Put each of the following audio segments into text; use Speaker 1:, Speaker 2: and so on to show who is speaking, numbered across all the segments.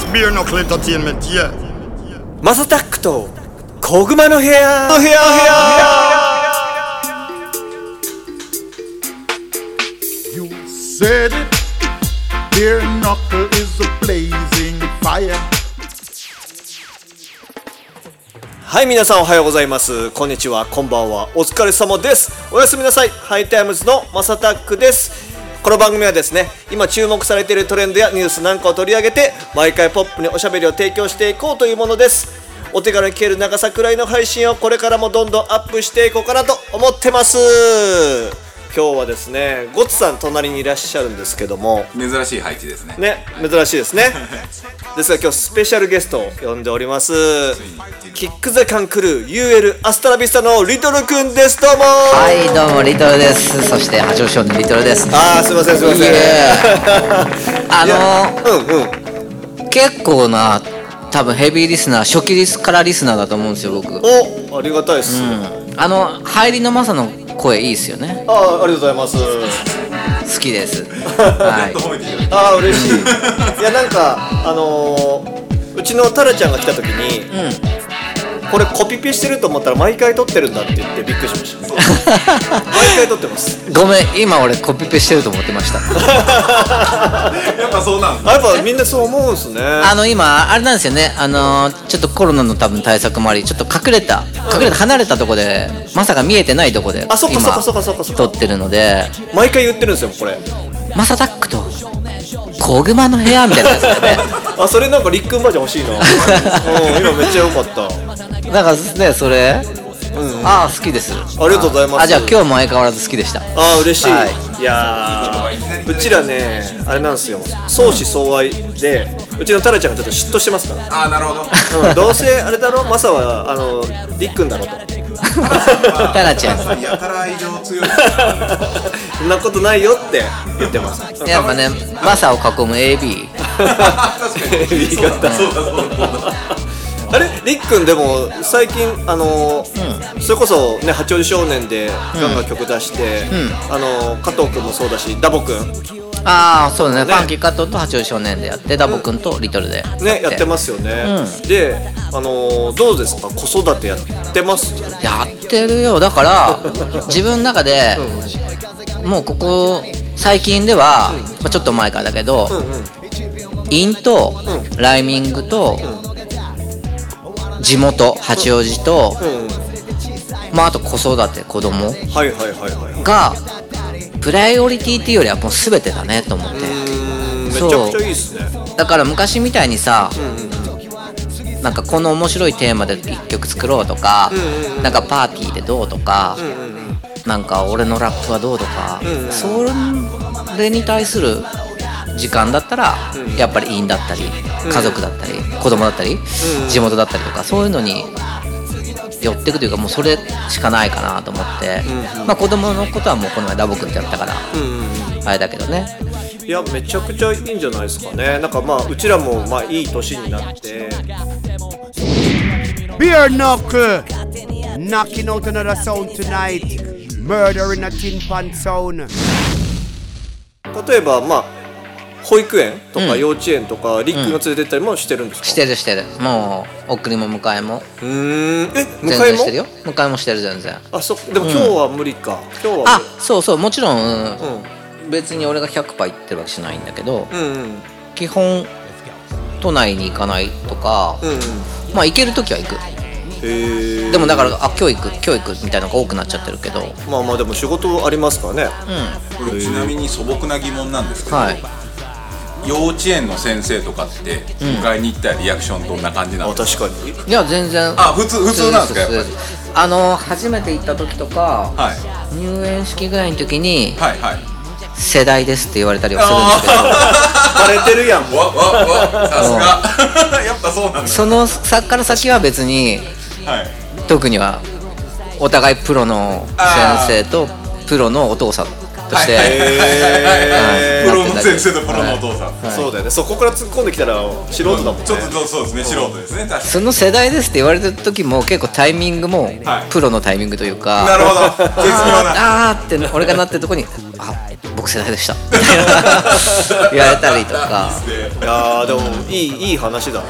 Speaker 1: Zbir noch Klettertieren mit dir.
Speaker 2: マサタックと小熊の部屋の部屋
Speaker 3: said it. Beer knuckle is a blazing fire.
Speaker 2: はい皆さんおはようございますこんにちはこんばんはお疲れ様ですおやすみなさいハイタイムズのマサタックですこの番組はですね今注目されているトレンドやニュースなんかを取り上げて毎回ポップにおしゃべりを提供していこうというものですお手軽に聞ける長さくらいの配信をこれからもどんどんアップしていこうかなと思ってます今日はですねゴッツさん隣にいらっしゃるんですけども
Speaker 4: 珍しい配置ですね
Speaker 2: ね、珍しいですね。ですが今日スペシャルゲストを呼んでおります。キックザカンクルー UL アスタラビスタのリトルくんです。どうも。は
Speaker 5: はい、どうも、リトルです。そして、八王子のリトルです。
Speaker 2: ああ、すいません、すいません。
Speaker 5: いえあ
Speaker 2: いやう
Speaker 5: の
Speaker 2: んうん。
Speaker 5: ー、結構な、多分ヘビーリスナー、初期リスからリスナーだと思うんですよ、僕。うん。
Speaker 2: お、ありがたいです。
Speaker 5: あの、入りのマサの声いいですよね。
Speaker 2: ああ、ありがとうございます。
Speaker 5: 好きです。 は
Speaker 4: ちょっと褒めてくれ
Speaker 2: ああ、 嬉しい。いや、なんか、あのー、うちのタラちゃんが来た時に、
Speaker 5: い。うん。
Speaker 2: これコピペしてると思ったら毎回撮ってるんだって言ってびっくりしました。 毎回撮ってます。
Speaker 5: ごめん、今俺コピペしてると思って ました。
Speaker 4: やっぱそうなんだ
Speaker 2: あやっぱみんなそう思うんすね。
Speaker 5: あの、今、あれなんですよね。あのー、ちょっとコロナの多分対策もあり、ちょっと隠れた、隠れた離れたとこで、マサが見えてないとこで、
Speaker 2: あそっかそっかそっかそっかそっ
Speaker 5: 今、撮
Speaker 2: か
Speaker 5: ってるので、
Speaker 2: 毎回言ってるんですよ、これ。
Speaker 5: マサタックと小熊の部屋みたいなやつだよね
Speaker 2: あそれなんかりっくんバージョン欲しいなうん今めっちゃ良かった
Speaker 5: なんかねそれ、ああ好きですあ
Speaker 2: ありがとうございます
Speaker 5: あじゃあ今日も相変わらず好きでした
Speaker 2: あー嬉しい、、
Speaker 5: はい
Speaker 2: やーうちらねあれなんですよ相思相愛でうちのタラちゃんがちょっと嫉妬してますか
Speaker 4: ああなるほど
Speaker 2: ら、 うん、どうせあれだろマサはあのりっくんだろと
Speaker 5: タラちゃん
Speaker 4: いやたら以上強い
Speaker 2: そんなことないよって言ってます
Speaker 5: やっぱねマサを囲む AB
Speaker 4: 確かに
Speaker 2: 言い
Speaker 4: そう
Speaker 2: 方
Speaker 4: だそうだそうだそうだ
Speaker 2: あれりっくんでも最近あのーそれこそね八王子少年でガンガン曲出して、あのー加藤くんもそうだしダボくん
Speaker 5: ああそうだね
Speaker 2: ね
Speaker 5: パンキーカットと八王子少年でやってダボくんとリトルで
Speaker 2: ね、やってますよね、で、あのーどうですか子育てやってます
Speaker 5: やってるよだから 自分の中で、もうここ最近では、まあ、ちょっと前からだけど、インと、ライミングと、地元八王子と、
Speaker 2: うん
Speaker 5: まああと子育て子供
Speaker 2: はいはいはいはい
Speaker 5: がプライオリティっていうよりはもう全てだねと思って、
Speaker 2: うーんめち
Speaker 5: そう
Speaker 2: ゃくちゃいいっすね
Speaker 5: だから昔みたいにさ、なんかこの面白いテーマで一曲作ろうとか、なんかパーティーでどうとか、なんか俺のラップはどうとか、それに対する時間だったら、やっぱりインだったり家族だったり、子供だったり、地元だったりとかそういうのに寄ってくというかもうそれしかないかなと思って、まあ子供のことはもうこの間僕ってやったから、あれだけどね
Speaker 2: いやめちゃくちゃいいんじゃないですかねなんかまあうちらもまあいい年になって
Speaker 6: Beer knuckle. Knocking out another sound tonight. Murdering a tin pan sound.
Speaker 2: 例えばまあ保育園とか幼稚園とか、りっくんが連れてったりもしてるんですか、
Speaker 5: してるしてるもう送りも迎えも
Speaker 2: うーんえ迎
Speaker 5: 全
Speaker 2: え
Speaker 5: 然してる
Speaker 2: も
Speaker 5: よ迎えもしてる全然
Speaker 2: あそっでも今日は無理か、今日は
Speaker 5: あそうそうもちろん、
Speaker 2: うん
Speaker 5: 別に俺が100パー行ってるわけじゃないんだけど、
Speaker 2: うんうんうん
Speaker 5: 基本都内に行かないとか、
Speaker 2: うん
Speaker 5: まあ行ける時は行く
Speaker 2: へえ
Speaker 5: でもだからあ今日行く今日行くみたいなのが多くなっちゃってるけどうん
Speaker 2: まあまあでも仕事ありますからね
Speaker 4: これちなみに素朴な疑問なんですけど、
Speaker 5: はい
Speaker 4: 幼稚園の先生とかって迎えに行ったリアクションどんな感じな
Speaker 2: あ
Speaker 4: の、
Speaker 2: 確かに
Speaker 5: いや全然
Speaker 4: あ普通普通なんですかやっぱり
Speaker 5: 普通ですあの初めて行った時とか、
Speaker 4: はい
Speaker 5: 入園式ぐらいの時に
Speaker 4: はいはい
Speaker 5: 「世代です」って言われたりはす
Speaker 2: バレ
Speaker 5: るんですけど
Speaker 2: てるやん
Speaker 4: わわわさすがやっぱそうなんだ
Speaker 5: その先から先は別に
Speaker 4: はい
Speaker 5: 特にはお互いプロの
Speaker 4: あー
Speaker 5: 先生とプロのお父さんとして、
Speaker 4: はいはいはいはいはい
Speaker 5: へー
Speaker 4: プロの先生とプロのお父さん、
Speaker 5: はい
Speaker 2: そうだよね、そこから突っ込んできたら素人だもんね、
Speaker 4: ちょっとそうですね素人ですね確かに
Speaker 5: その世代ですって言われた時も結構タイミングも
Speaker 4: はい
Speaker 5: プロのタイミングというか、
Speaker 4: なるほど絶妙な
Speaker 5: あーあーって俺がなってるとこにあ僕世代でした みたいな言われたりとか
Speaker 2: いやーでもいいいい話だ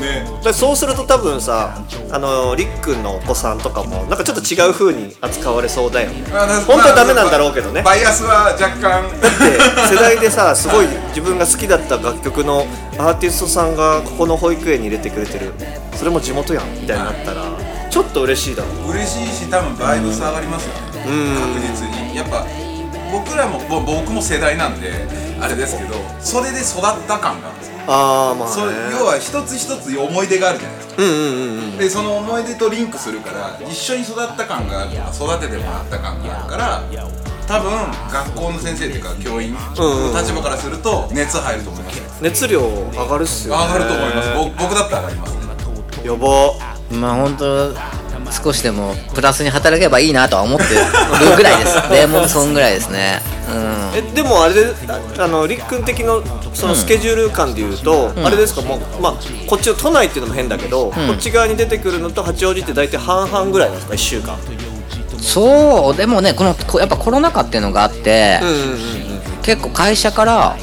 Speaker 4: ね
Speaker 2: でそうすると多分さあのりっくんのお子さんとかもなんかちょっと違う風に扱われそうだよね
Speaker 4: まあ
Speaker 2: 本当はダメなんだろうけどね
Speaker 4: バイアスは若干
Speaker 2: で世代でさすごい自分が好きだった楽曲のアーティストさんがここの保育園に入れてくれてるそれも地元やんみたいになったらちょっと嬉しいだろう
Speaker 4: 嬉しいし多分バイブス上がりますよね確実にやっぱ僕らもぼ僕も世代なんであれですけどそれで育った感があるんですよ
Speaker 2: ああま
Speaker 4: そう要は一つ一つ思い出があるじゃないですか、でその思い出とリンクするから一緒に育った感があるとか育ててもらった感があるから多分学校の先生っていうか教員の立場からすると熱入ると思いますよ、
Speaker 2: 熱量上がるっすよ、ね、
Speaker 4: 上がると思います僕僕だったら上がり ますね
Speaker 2: やば
Speaker 5: まあ本当少しでもプラスに働けばいいなとは思ってるぐらい ですでもそんぐらいですねうん
Speaker 2: えでもあれでああのりっくん的のそのスケジュール感でいうと、あれですかもう、まあ、こっちの都内っていうのも変だけど、こっち側に出てくるのと八王子って大体半々ぐらいなんですか1週間
Speaker 5: そうでもねこのこやっぱコロナ禍っていうのがあって、結構会社から、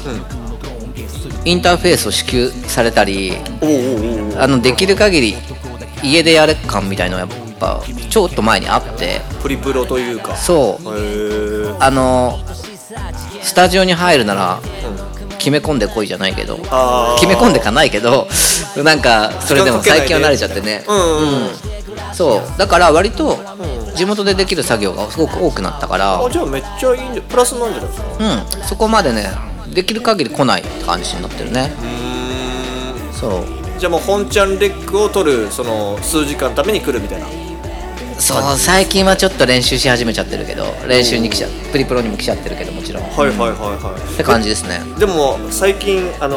Speaker 5: インターフェースを支給されたり
Speaker 2: おうおうおう
Speaker 5: あのできる限り家でやれ感みたいのはやっぱちょっと前にあって
Speaker 2: プリプロというか
Speaker 5: そう
Speaker 2: へー
Speaker 5: あのスタジオに入るなら決め込んでこいじゃないけど
Speaker 2: あー
Speaker 5: 決め込んでかないけど なんかそれでも最近は慣れちゃってね
Speaker 2: うんうんうん
Speaker 5: うんそうだから割と地元でできる作業がすごく多くなったから
Speaker 2: あじゃあめっちゃいいんじゃプラスなんじゃないですか
Speaker 5: うんそこまでねできる限り来ないって感じになってるねそう
Speaker 2: じゃあもう本ちゃんレックを取るその数時間ために来るみたいな
Speaker 5: そう最近はちょっと練習し始めちゃってるけど練習に来ちゃプリプロにも来ちゃってるけどもちろんっ
Speaker 2: はいはいはいは
Speaker 5: て感じですね
Speaker 2: いでも最近あの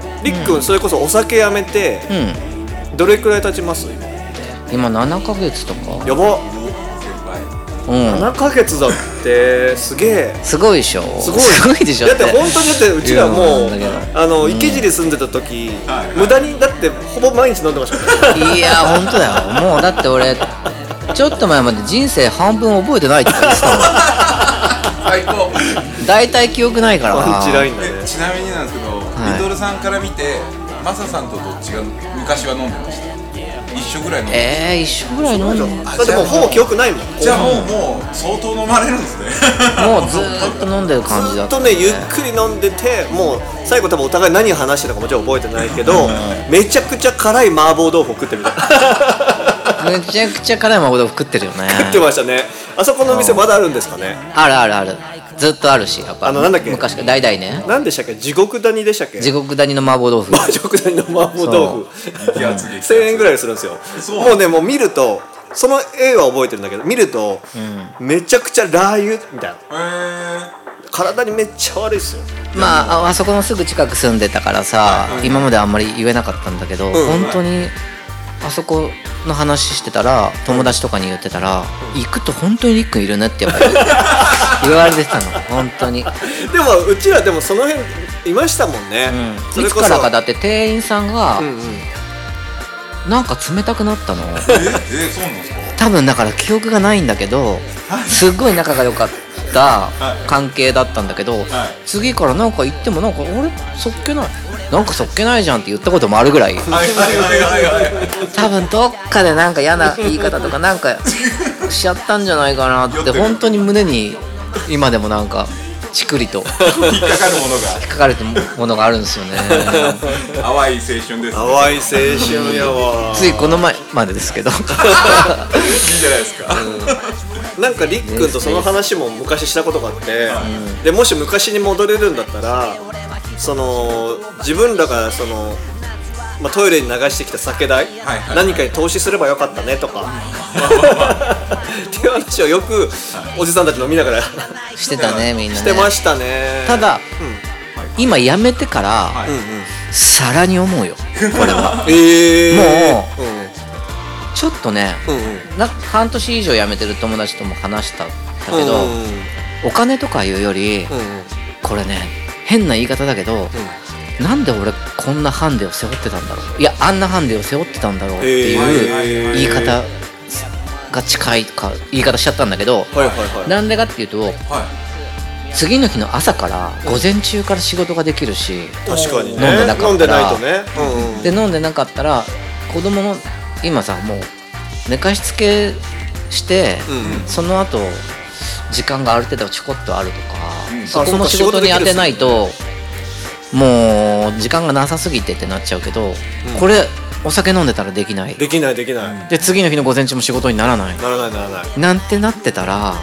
Speaker 2: ー、りっくんそれこそお酒やめて
Speaker 5: うん
Speaker 2: どれくらい経ちます今
Speaker 5: 今7ヶ月とか
Speaker 2: やば
Speaker 5: うん
Speaker 2: 7ヶ月だってすげえ
Speaker 5: すごいでしょ
Speaker 2: すごい
Speaker 5: でしょ
Speaker 2: だって本当にだってうちらもう
Speaker 5: いやなんだけ
Speaker 2: あの池尻住んでた時、無駄にだってほぼ毎日飲んでましたからね
Speaker 5: いや本当だよもうだって俺ちょっと前まで人生半分覚えてないって言ってたも
Speaker 4: 最高
Speaker 5: ん大体記憶ないから
Speaker 2: パンチラインだ
Speaker 4: え
Speaker 2: ね
Speaker 4: ちなみになんですけど、
Speaker 5: い
Speaker 4: リトルさんから見てマサさんとどっちが昔は飲んでました一緒ぐらい飲んで
Speaker 5: えー、一緒ぐらい飲んだも
Speaker 2: だってもうほぼ記憶ないもん
Speaker 4: じゃあもうもう相当飲まれるんですね
Speaker 5: うずーっと飲んでる感じ
Speaker 2: ず
Speaker 5: だっ
Speaker 2: ったとねゆっくり飲んでてもう最後多分お互い何話してたかもちろん覚えてないけどめちゃくちゃ辛い麻婆豆腐食ってる みたいな
Speaker 5: めちゃくちゃ辛い麻婆豆腐食ってるよね
Speaker 2: 食ってましたねあそこのお店まだあるんですかね
Speaker 5: あるあるあるずっとあるしやっぱ
Speaker 2: あのなんだっけ
Speaker 5: 昔から代々ね
Speaker 2: 何でしたっけ地獄谷でしたっけ
Speaker 5: 地
Speaker 2: 地
Speaker 5: 獄谷の麻婆豆腐
Speaker 2: 獄谷の麻婆豆腐
Speaker 4: 激アツ激アツ
Speaker 2: 1000円ぐらいするんですよ
Speaker 4: そう
Speaker 2: もうねもう見るとその絵は覚えてるんだけど見ると、めちゃくちゃラー油みたいな
Speaker 4: へー
Speaker 2: 体にめっちゃ悪いっすよ
Speaker 5: まあああそこのすぐ近く住んでたからさ、今まであんまり言えなかったんだけど、本当にあそこの話してたら友達とかに言ってたら、行くと本当にりっくんいるねってやっぱ り言われてたの本当に、う
Speaker 2: でもうちらでもその辺いましたもんね、そ
Speaker 5: ん、い
Speaker 2: れ
Speaker 5: つ
Speaker 2: こそ
Speaker 5: からかだって店員さんが、
Speaker 2: うんうん
Speaker 5: なんか冷たくなったの
Speaker 4: ええそうなんですか
Speaker 5: 多分だから記憶がないんだけどすっごい仲が良かった関係だったんだけど、次からなんか行ってもなんか「あれそっけないなんかそっけないじゃん」って言ったこともあるぐらい。
Speaker 4: はいはいはいはいはい
Speaker 5: 多分どっかでなんか嫌な言い方とかなんかしちゃったんじゃないかなって本当に胸に今でもなんかしっくりと
Speaker 4: 引っかかるもの
Speaker 5: 引っかかれてものがあるんですよね
Speaker 4: が淡い青春です、ね、いい
Speaker 2: 淡い青春やわ
Speaker 5: ついこの前までです けど
Speaker 4: じゃないですか、
Speaker 2: なんかりっくんとその話も昔したことがあって、でもし昔に戻れるんだったらその自分らがその、まあ、トイレに流してきた酒代、
Speaker 4: はいはい
Speaker 2: 何かに投資すればよ かったねとかっていう話をよくおじさんたち飲みなが らし
Speaker 5: してたねみんなね
Speaker 2: てましたね
Speaker 5: ただ、今やめてから、さらに思うよこれは
Speaker 2: えー、
Speaker 5: もちょっとね、
Speaker 2: うんうんうん
Speaker 5: な半年以上やめてる友達とも話したんだけど、
Speaker 2: うんうん
Speaker 5: お金とかいうより、
Speaker 2: うんうん
Speaker 5: これね変な言い方だけど、なんで俺こんなハンデを背負ってたんだろういやあんなハンデを背負ってたんだろうって
Speaker 2: え
Speaker 5: い
Speaker 2: ー
Speaker 5: う言い方が近いか言い方しちゃったんだけど、
Speaker 2: はいはいはい
Speaker 5: なんでかっていうと
Speaker 4: はい
Speaker 5: 次の日の朝から午前中から仕事ができるし、
Speaker 2: 確かにね
Speaker 5: 飲んでなかったら
Speaker 2: 飲んでないとね、うんうん
Speaker 5: で飲んでなかったら子供の今さもう寝かしつけして、
Speaker 2: うん
Speaker 5: その後時間がある程度ちょこっとあるとか、
Speaker 4: ん
Speaker 5: そこも
Speaker 2: あそうか
Speaker 5: 仕
Speaker 2: 仕事
Speaker 5: 事に
Speaker 2: できる
Speaker 5: 当
Speaker 2: っすね
Speaker 5: てないともう時間がなさすぎてってなっちゃうけど、これお酒飲んでたらできない
Speaker 2: できないできない、
Speaker 5: で次の日の午前中も仕事にならない
Speaker 2: ならないならない
Speaker 5: なんてなってたら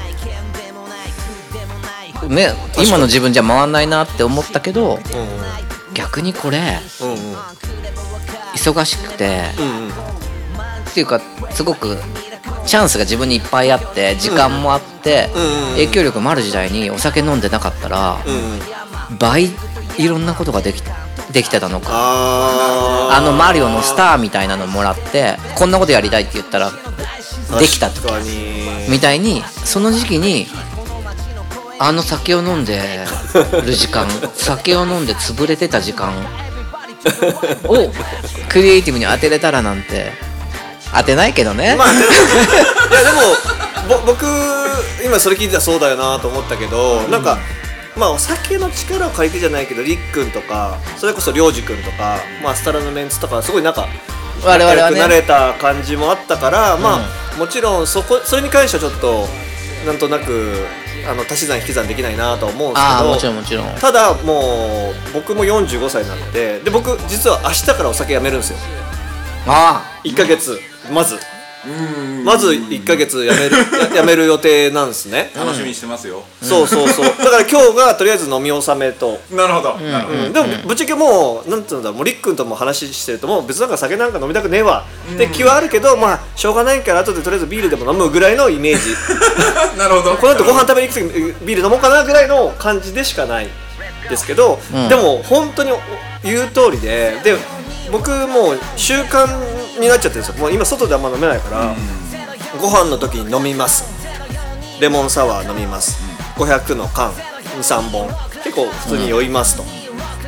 Speaker 5: ね今の自分じゃ回んないなって思ったけど
Speaker 2: う
Speaker 5: 逆にこれ
Speaker 2: んうんうん
Speaker 5: 忙しくて。
Speaker 2: うんうん
Speaker 5: っていうかすごくチャンスが自分にいっぱいあって時間もあって、
Speaker 2: うんうん
Speaker 5: 影響力もある時代にお酒飲んでなかったら、
Speaker 2: うんうん
Speaker 5: 倍いろんなことができできてたのか
Speaker 2: あー
Speaker 5: あのマリオのスターみたいなのもらってこんなことやりたいって言ったらできたと
Speaker 2: 確かに
Speaker 5: みたいにその時期にあの酒を飲んでる 時間酒を飲んで潰れてた時間をクリエイティブに当てれたらなんて当てないけどね。
Speaker 2: まあでもいやでもぼ僕今それ聞いてたらそうだよなと思ったけど、なんかまあお酒の力を借りてじゃないけどりっくんとかそれこそりょうじくんとか、まあ、スタラのメンツとかすごいなんか
Speaker 5: 我々は
Speaker 2: 仲
Speaker 5: ね
Speaker 2: 良くなれた感じもあったから、まあもちろんそこそれに関してはちょっとなんとなくあの足し算引き算できないなとは思うんですけど
Speaker 5: ああもちろんもちろん
Speaker 2: ただもう僕も45歳なのでで僕実は明日からお酒やめるんですよ
Speaker 5: あ
Speaker 2: 1ヶ月まずまず1ヶ月やめるや やめる予定なんですね
Speaker 4: 楽しみにしてますよ、
Speaker 2: そうそうそうだから今日がとりあえず飲み納めと、
Speaker 4: なるほど、なるほど、
Speaker 2: でもぶっちゃけもうなんていうんだもうりっくんとも話してるともう別になんか酒なんか飲みたくねえわって気はあるけどまあしょうがないから後でとりあえずビールでも飲むぐらいのイメージ
Speaker 4: なるほど
Speaker 2: この後ご飯食べに行く時ビール飲もうかなぐらいの感じでしかないですけど、
Speaker 5: うん
Speaker 2: でも本当に言う通りでで僕もう習慣になっちゃってるんですよもう今外であんま飲めないから、ご飯の時に飲みますレモンサワー飲みます500の缶23本結構普通に酔いますと、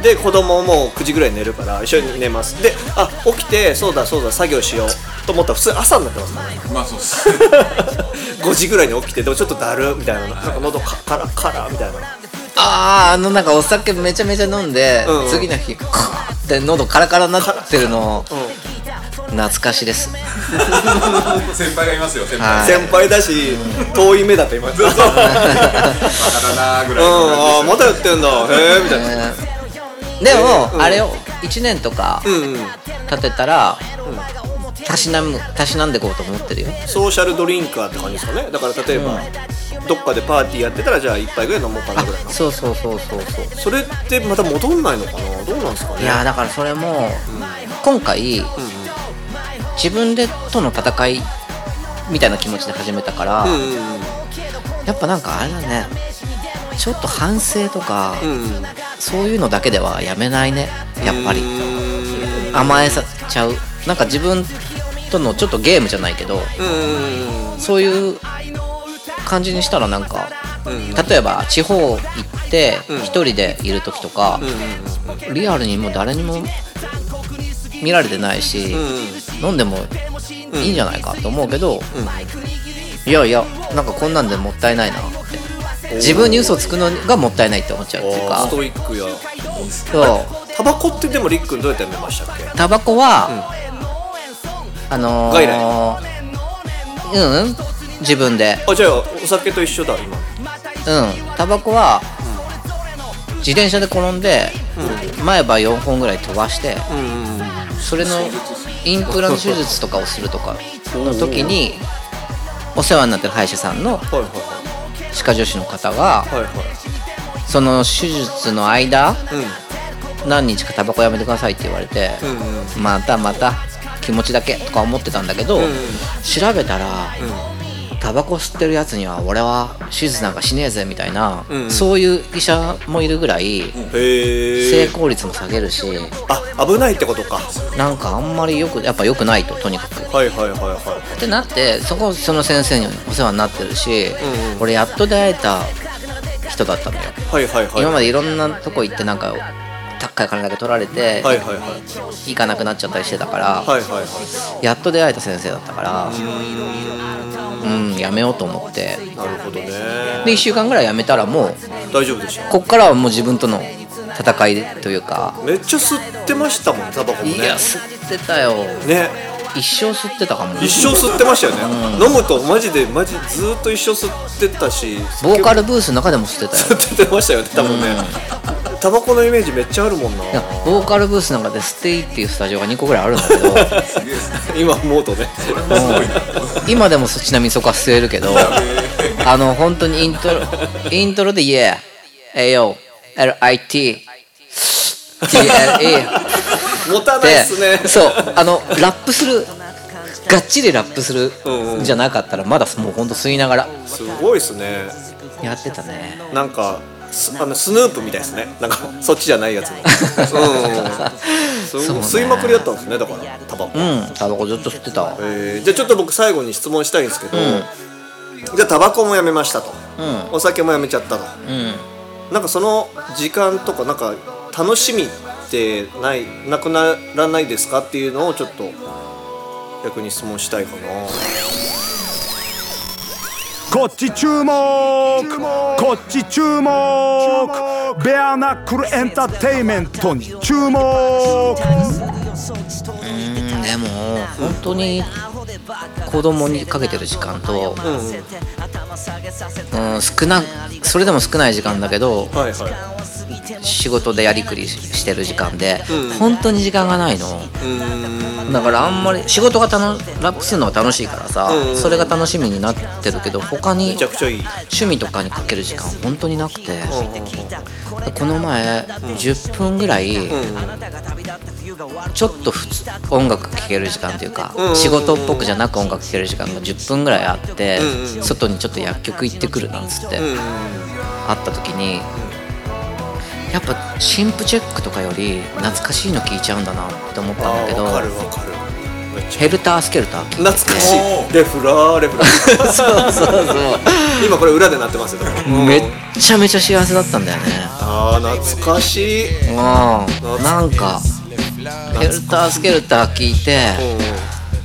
Speaker 2: で子供もう9時ぐらいに寝るから一緒に寝ますであ起きてそうだそうだ作業しようと思ったら普通朝になってますから
Speaker 4: まあそうっす
Speaker 2: 5時ぐらいに起きてでもちょっとだるみたいななんか喉かカラカラみたいな
Speaker 5: あああのなんかお酒めちゃめちゃ飲んで、
Speaker 2: うんうん
Speaker 5: 次の日カーって喉カラカラになってるの懐かしいです
Speaker 4: 先輩がいますよ先
Speaker 5: は
Speaker 4: 輩
Speaker 5: い
Speaker 2: 先輩だし遠い目だった 今うん
Speaker 4: バカだなぐらいの感じで
Speaker 2: あ
Speaker 4: す
Speaker 2: ー
Speaker 4: よ
Speaker 2: またやってんだへえみたい な
Speaker 5: ねでも、
Speaker 2: うん
Speaker 5: あれを1年とか
Speaker 2: うんうん
Speaker 5: 立てたら、たしなむたしなんでこうと思ってるよ
Speaker 2: ソーシャルドリンカーって感じですかねだから例えば、どっかでパーティーやってたらじゃあ1杯ぐらい飲もうかなぐらいの
Speaker 5: そうそうそうそうそう
Speaker 2: それってまた戻んないのかなどうなんですかね
Speaker 5: いやーだからそれも、今回、自分でとの戦いみたいな気持ちで始めたから、
Speaker 2: うんうん
Speaker 5: やっぱなんかあれだねちょっと反省とか、
Speaker 2: うんうん
Speaker 5: そういうのだけではやめないねやっぱり
Speaker 2: うーん
Speaker 5: 甘えさちゃうなんか自分とのちょっとゲームじゃないけど
Speaker 2: うん
Speaker 5: そういう感じにしたらなんか
Speaker 2: うんうん
Speaker 5: 例えば地方行って
Speaker 2: うん
Speaker 5: 一人でいる時とか
Speaker 2: うんうん
Speaker 5: リアルにもう誰にも見られてないし
Speaker 2: うんうん
Speaker 5: 飲んでもいいんじゃないかと思うけどいやいやなんかこんなんでもったいないなって自分に嘘つくのがもったいないって思っちゃうっていう
Speaker 2: あー
Speaker 5: か
Speaker 2: ストイックや
Speaker 5: そう
Speaker 2: タバコってでもりっくんどうやってやめましたっけ
Speaker 5: タバコは、あのー、
Speaker 2: 外
Speaker 5: うんうん自分で
Speaker 2: あじゃあお酒と一緒だ今
Speaker 5: うんタバコは、自転車で転んで、前歯4本ぐらい飛ばして、それのインプラの手術とかをするとかの時にお世話になってる歯医者さんの
Speaker 2: はいはい
Speaker 5: 歯科助手の方が
Speaker 2: はいはいはい
Speaker 5: その手術の間
Speaker 2: うん
Speaker 5: 何日かタバコやめてくださいって言われて、
Speaker 2: うんうん
Speaker 5: またまた気持ちだけとか思ってたんだけど、
Speaker 2: ん
Speaker 5: 調べたら、タバコ吸ってるやつには俺は手術なんかしねえぜみたいな、
Speaker 2: うん
Speaker 5: そういう医者もいるぐらい
Speaker 2: へ
Speaker 5: 成
Speaker 2: え
Speaker 5: 功率も下げるし、
Speaker 2: あ危ないってことか
Speaker 5: なんかあんまりよくやっぱ良くないととにかく。っ
Speaker 2: はいはいはいは
Speaker 5: てなってそこその先生にお世話になってるし、
Speaker 2: うんうん
Speaker 5: 俺やっと出会えた人だったのよ、
Speaker 2: いはいはいはい
Speaker 5: 今ま
Speaker 2: で
Speaker 5: でいろんなとこ行ってなんか高い金だけ取られて、
Speaker 2: はいはいはいはい
Speaker 5: 行かなくなっちゃったりしてたから、
Speaker 2: はいはい
Speaker 5: やっと出会えた先生だったからうんやめようと思って
Speaker 2: なるほどね
Speaker 5: で1週間ぐらいやめたらもう
Speaker 2: 大丈夫でしょ
Speaker 5: こっからはもう自分との戦いというか
Speaker 2: めっちゃ吸ってましたもんタバコもね
Speaker 5: いや吸ってたよ
Speaker 2: ね
Speaker 5: 一生吸ってたかも
Speaker 2: 一生吸ってましたよね、飲むとマジでマジずーっと一生吸ってたし
Speaker 5: ボーカルブースの中でも吸って たよ
Speaker 2: 吸ってましたよね多分ね、タバコのイメージめっちゃあるもんない
Speaker 5: やボーカルブースなんかで吸っていいっていうスタジオが2個ぐらいあるんだけ ど
Speaker 2: 今思うと ね
Speaker 5: 今でもそちなみにそこは吸え るけどあの本当にイントロイントロで「Yeah」「Ayo」「LIT」「TLE」
Speaker 2: 持たないっすね
Speaker 5: でそうあのラップするがっちりラップするじゃなかったらまだもうほんと吸いながら
Speaker 2: すごいっすね
Speaker 5: やってたね
Speaker 2: なんかすあのスヌープみたいですねなんかそっちじゃないやつのうんす
Speaker 5: そう
Speaker 2: ごい
Speaker 5: ね
Speaker 2: 吸いまくりだったんですねだからタバコ、
Speaker 5: うんタバコずっと吸ってたわ
Speaker 2: えーじゃあちょっと僕最後に質問したいんですけど、じゃあタバコもやめましたと、
Speaker 5: うん
Speaker 2: お酒もやめちゃったと
Speaker 5: うん
Speaker 2: なんかその時間とかなんか楽しみってないなくならないですかっていうのをちょっと逆に質問したいかな
Speaker 6: こっち注目こっち注目ベアナックルエンターテインメントに注目
Speaker 5: うんでも本当に子供にかけてる時間と、うん少なそれでも少ない時間だけど
Speaker 2: はいは
Speaker 5: 仕事でやりくりしてる時間で、本当に時間がないのだからあんまり仕事が楽ラップするのが楽しいからさ、それが楽しみになってるけど他に
Speaker 2: めちゃくちゃいい
Speaker 5: 趣味とかにかける時間本当になくて、でこの前、10分ぐらい、ちょっと普通音楽聴ける時間というか、仕事っぽくじゃなく音楽聴ける時間が10分ぐらいあって、外にちょっと薬局行ってくるなんつって、会った時に。やっぱ新婦チェックとかより懐かしいの聞いちゃうんだなって思ったんだけど
Speaker 2: わかるわかるめっち
Speaker 5: ヘルタースケルター聞いて
Speaker 2: ゃ懐かしいレフラーレフラー
Speaker 5: そうそうそう
Speaker 2: 今これ裏で鳴ってますよだから
Speaker 5: めっちゃめちゃ幸せだったんだよね
Speaker 2: あー懐かしい
Speaker 5: うんなんかヘルタースケルター聞いて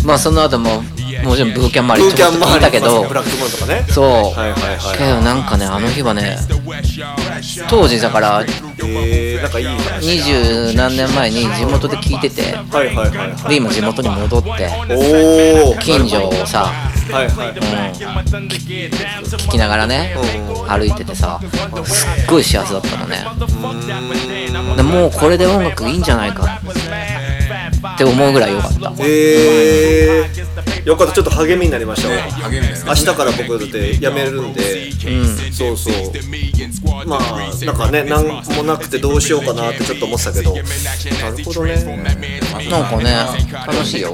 Speaker 5: まあその後ももちろんブーキャン周
Speaker 2: ブー
Speaker 5: り
Speaker 2: キ
Speaker 5: ちょ
Speaker 2: ャ
Speaker 5: っ
Speaker 2: ン
Speaker 5: と聞
Speaker 2: 周
Speaker 5: い
Speaker 2: り
Speaker 5: たけど
Speaker 2: ブラックモンとかね
Speaker 5: そう、
Speaker 2: はいはいはい
Speaker 5: けどなんかねあの日はね当時だから
Speaker 2: えー、なんかいい話
Speaker 5: 二十何年前に地元で聞いてて
Speaker 2: はいはいはいはい
Speaker 5: で今地元に戻って
Speaker 2: おお
Speaker 5: 近所をさ
Speaker 2: はいはい
Speaker 5: 聞きながらね、歩いててさすっごい幸せだったのねでもうこれで音楽いいんじゃないかって思うぐらい良かった
Speaker 2: えー、よかったちょっと励みになりましたわ、
Speaker 4: 励みになり
Speaker 2: 明
Speaker 4: まし
Speaker 2: 日
Speaker 4: た
Speaker 2: から僕だって辞めるんで、そうそうまあなんかね何もなくてどうしようかなってちょっと思ってたけどなるほどね
Speaker 5: なんかね楽しいよ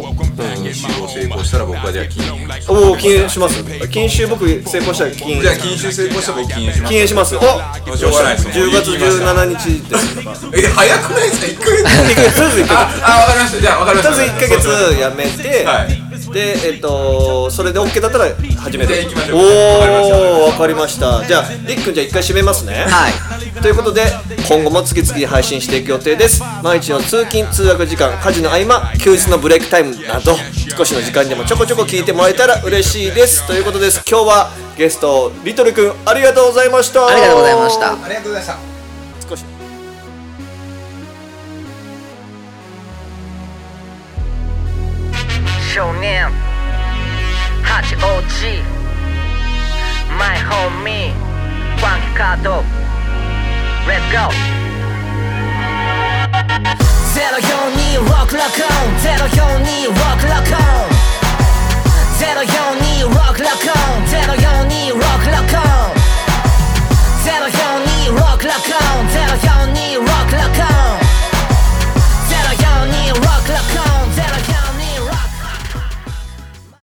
Speaker 4: 禁酒を成功したら僕はじゃあ禁煙
Speaker 2: おお禁煙します禁酒僕成功したら禁
Speaker 4: じゃあ
Speaker 2: 煙
Speaker 4: 禁酒成功したら僕禁煙します
Speaker 2: 禁煙しますおよっし
Speaker 4: しょうがない
Speaker 2: ゃ
Speaker 4: です
Speaker 2: 10月17日ですと
Speaker 4: え早くないですか1ヶ月
Speaker 2: りあえず1ヶ月
Speaker 4: ああ分かりましたじゃあ分かりま
Speaker 2: と
Speaker 4: した
Speaker 2: りあえず1ヶ月やめて、
Speaker 4: は
Speaker 2: でえっとそれで OK だったら始める
Speaker 4: で行きましょう
Speaker 2: おお分かりましたじゃありっくんじゃあ1回締めますね
Speaker 5: はい
Speaker 2: ということで今後も次々配信していく予定です毎日の通勤通学時間家事の合間休日のブレイクタイムなど少しの時間でもちょこちょこ聞いてもらえたら嬉しいですということです今日はゲストリトルくんありがとうございました
Speaker 5: ありがとうございました
Speaker 4: ありがとうございました
Speaker 2: 少し
Speaker 7: 少年 8OG マイホーミーファンキーカード Let's go 0426ロ0426ロ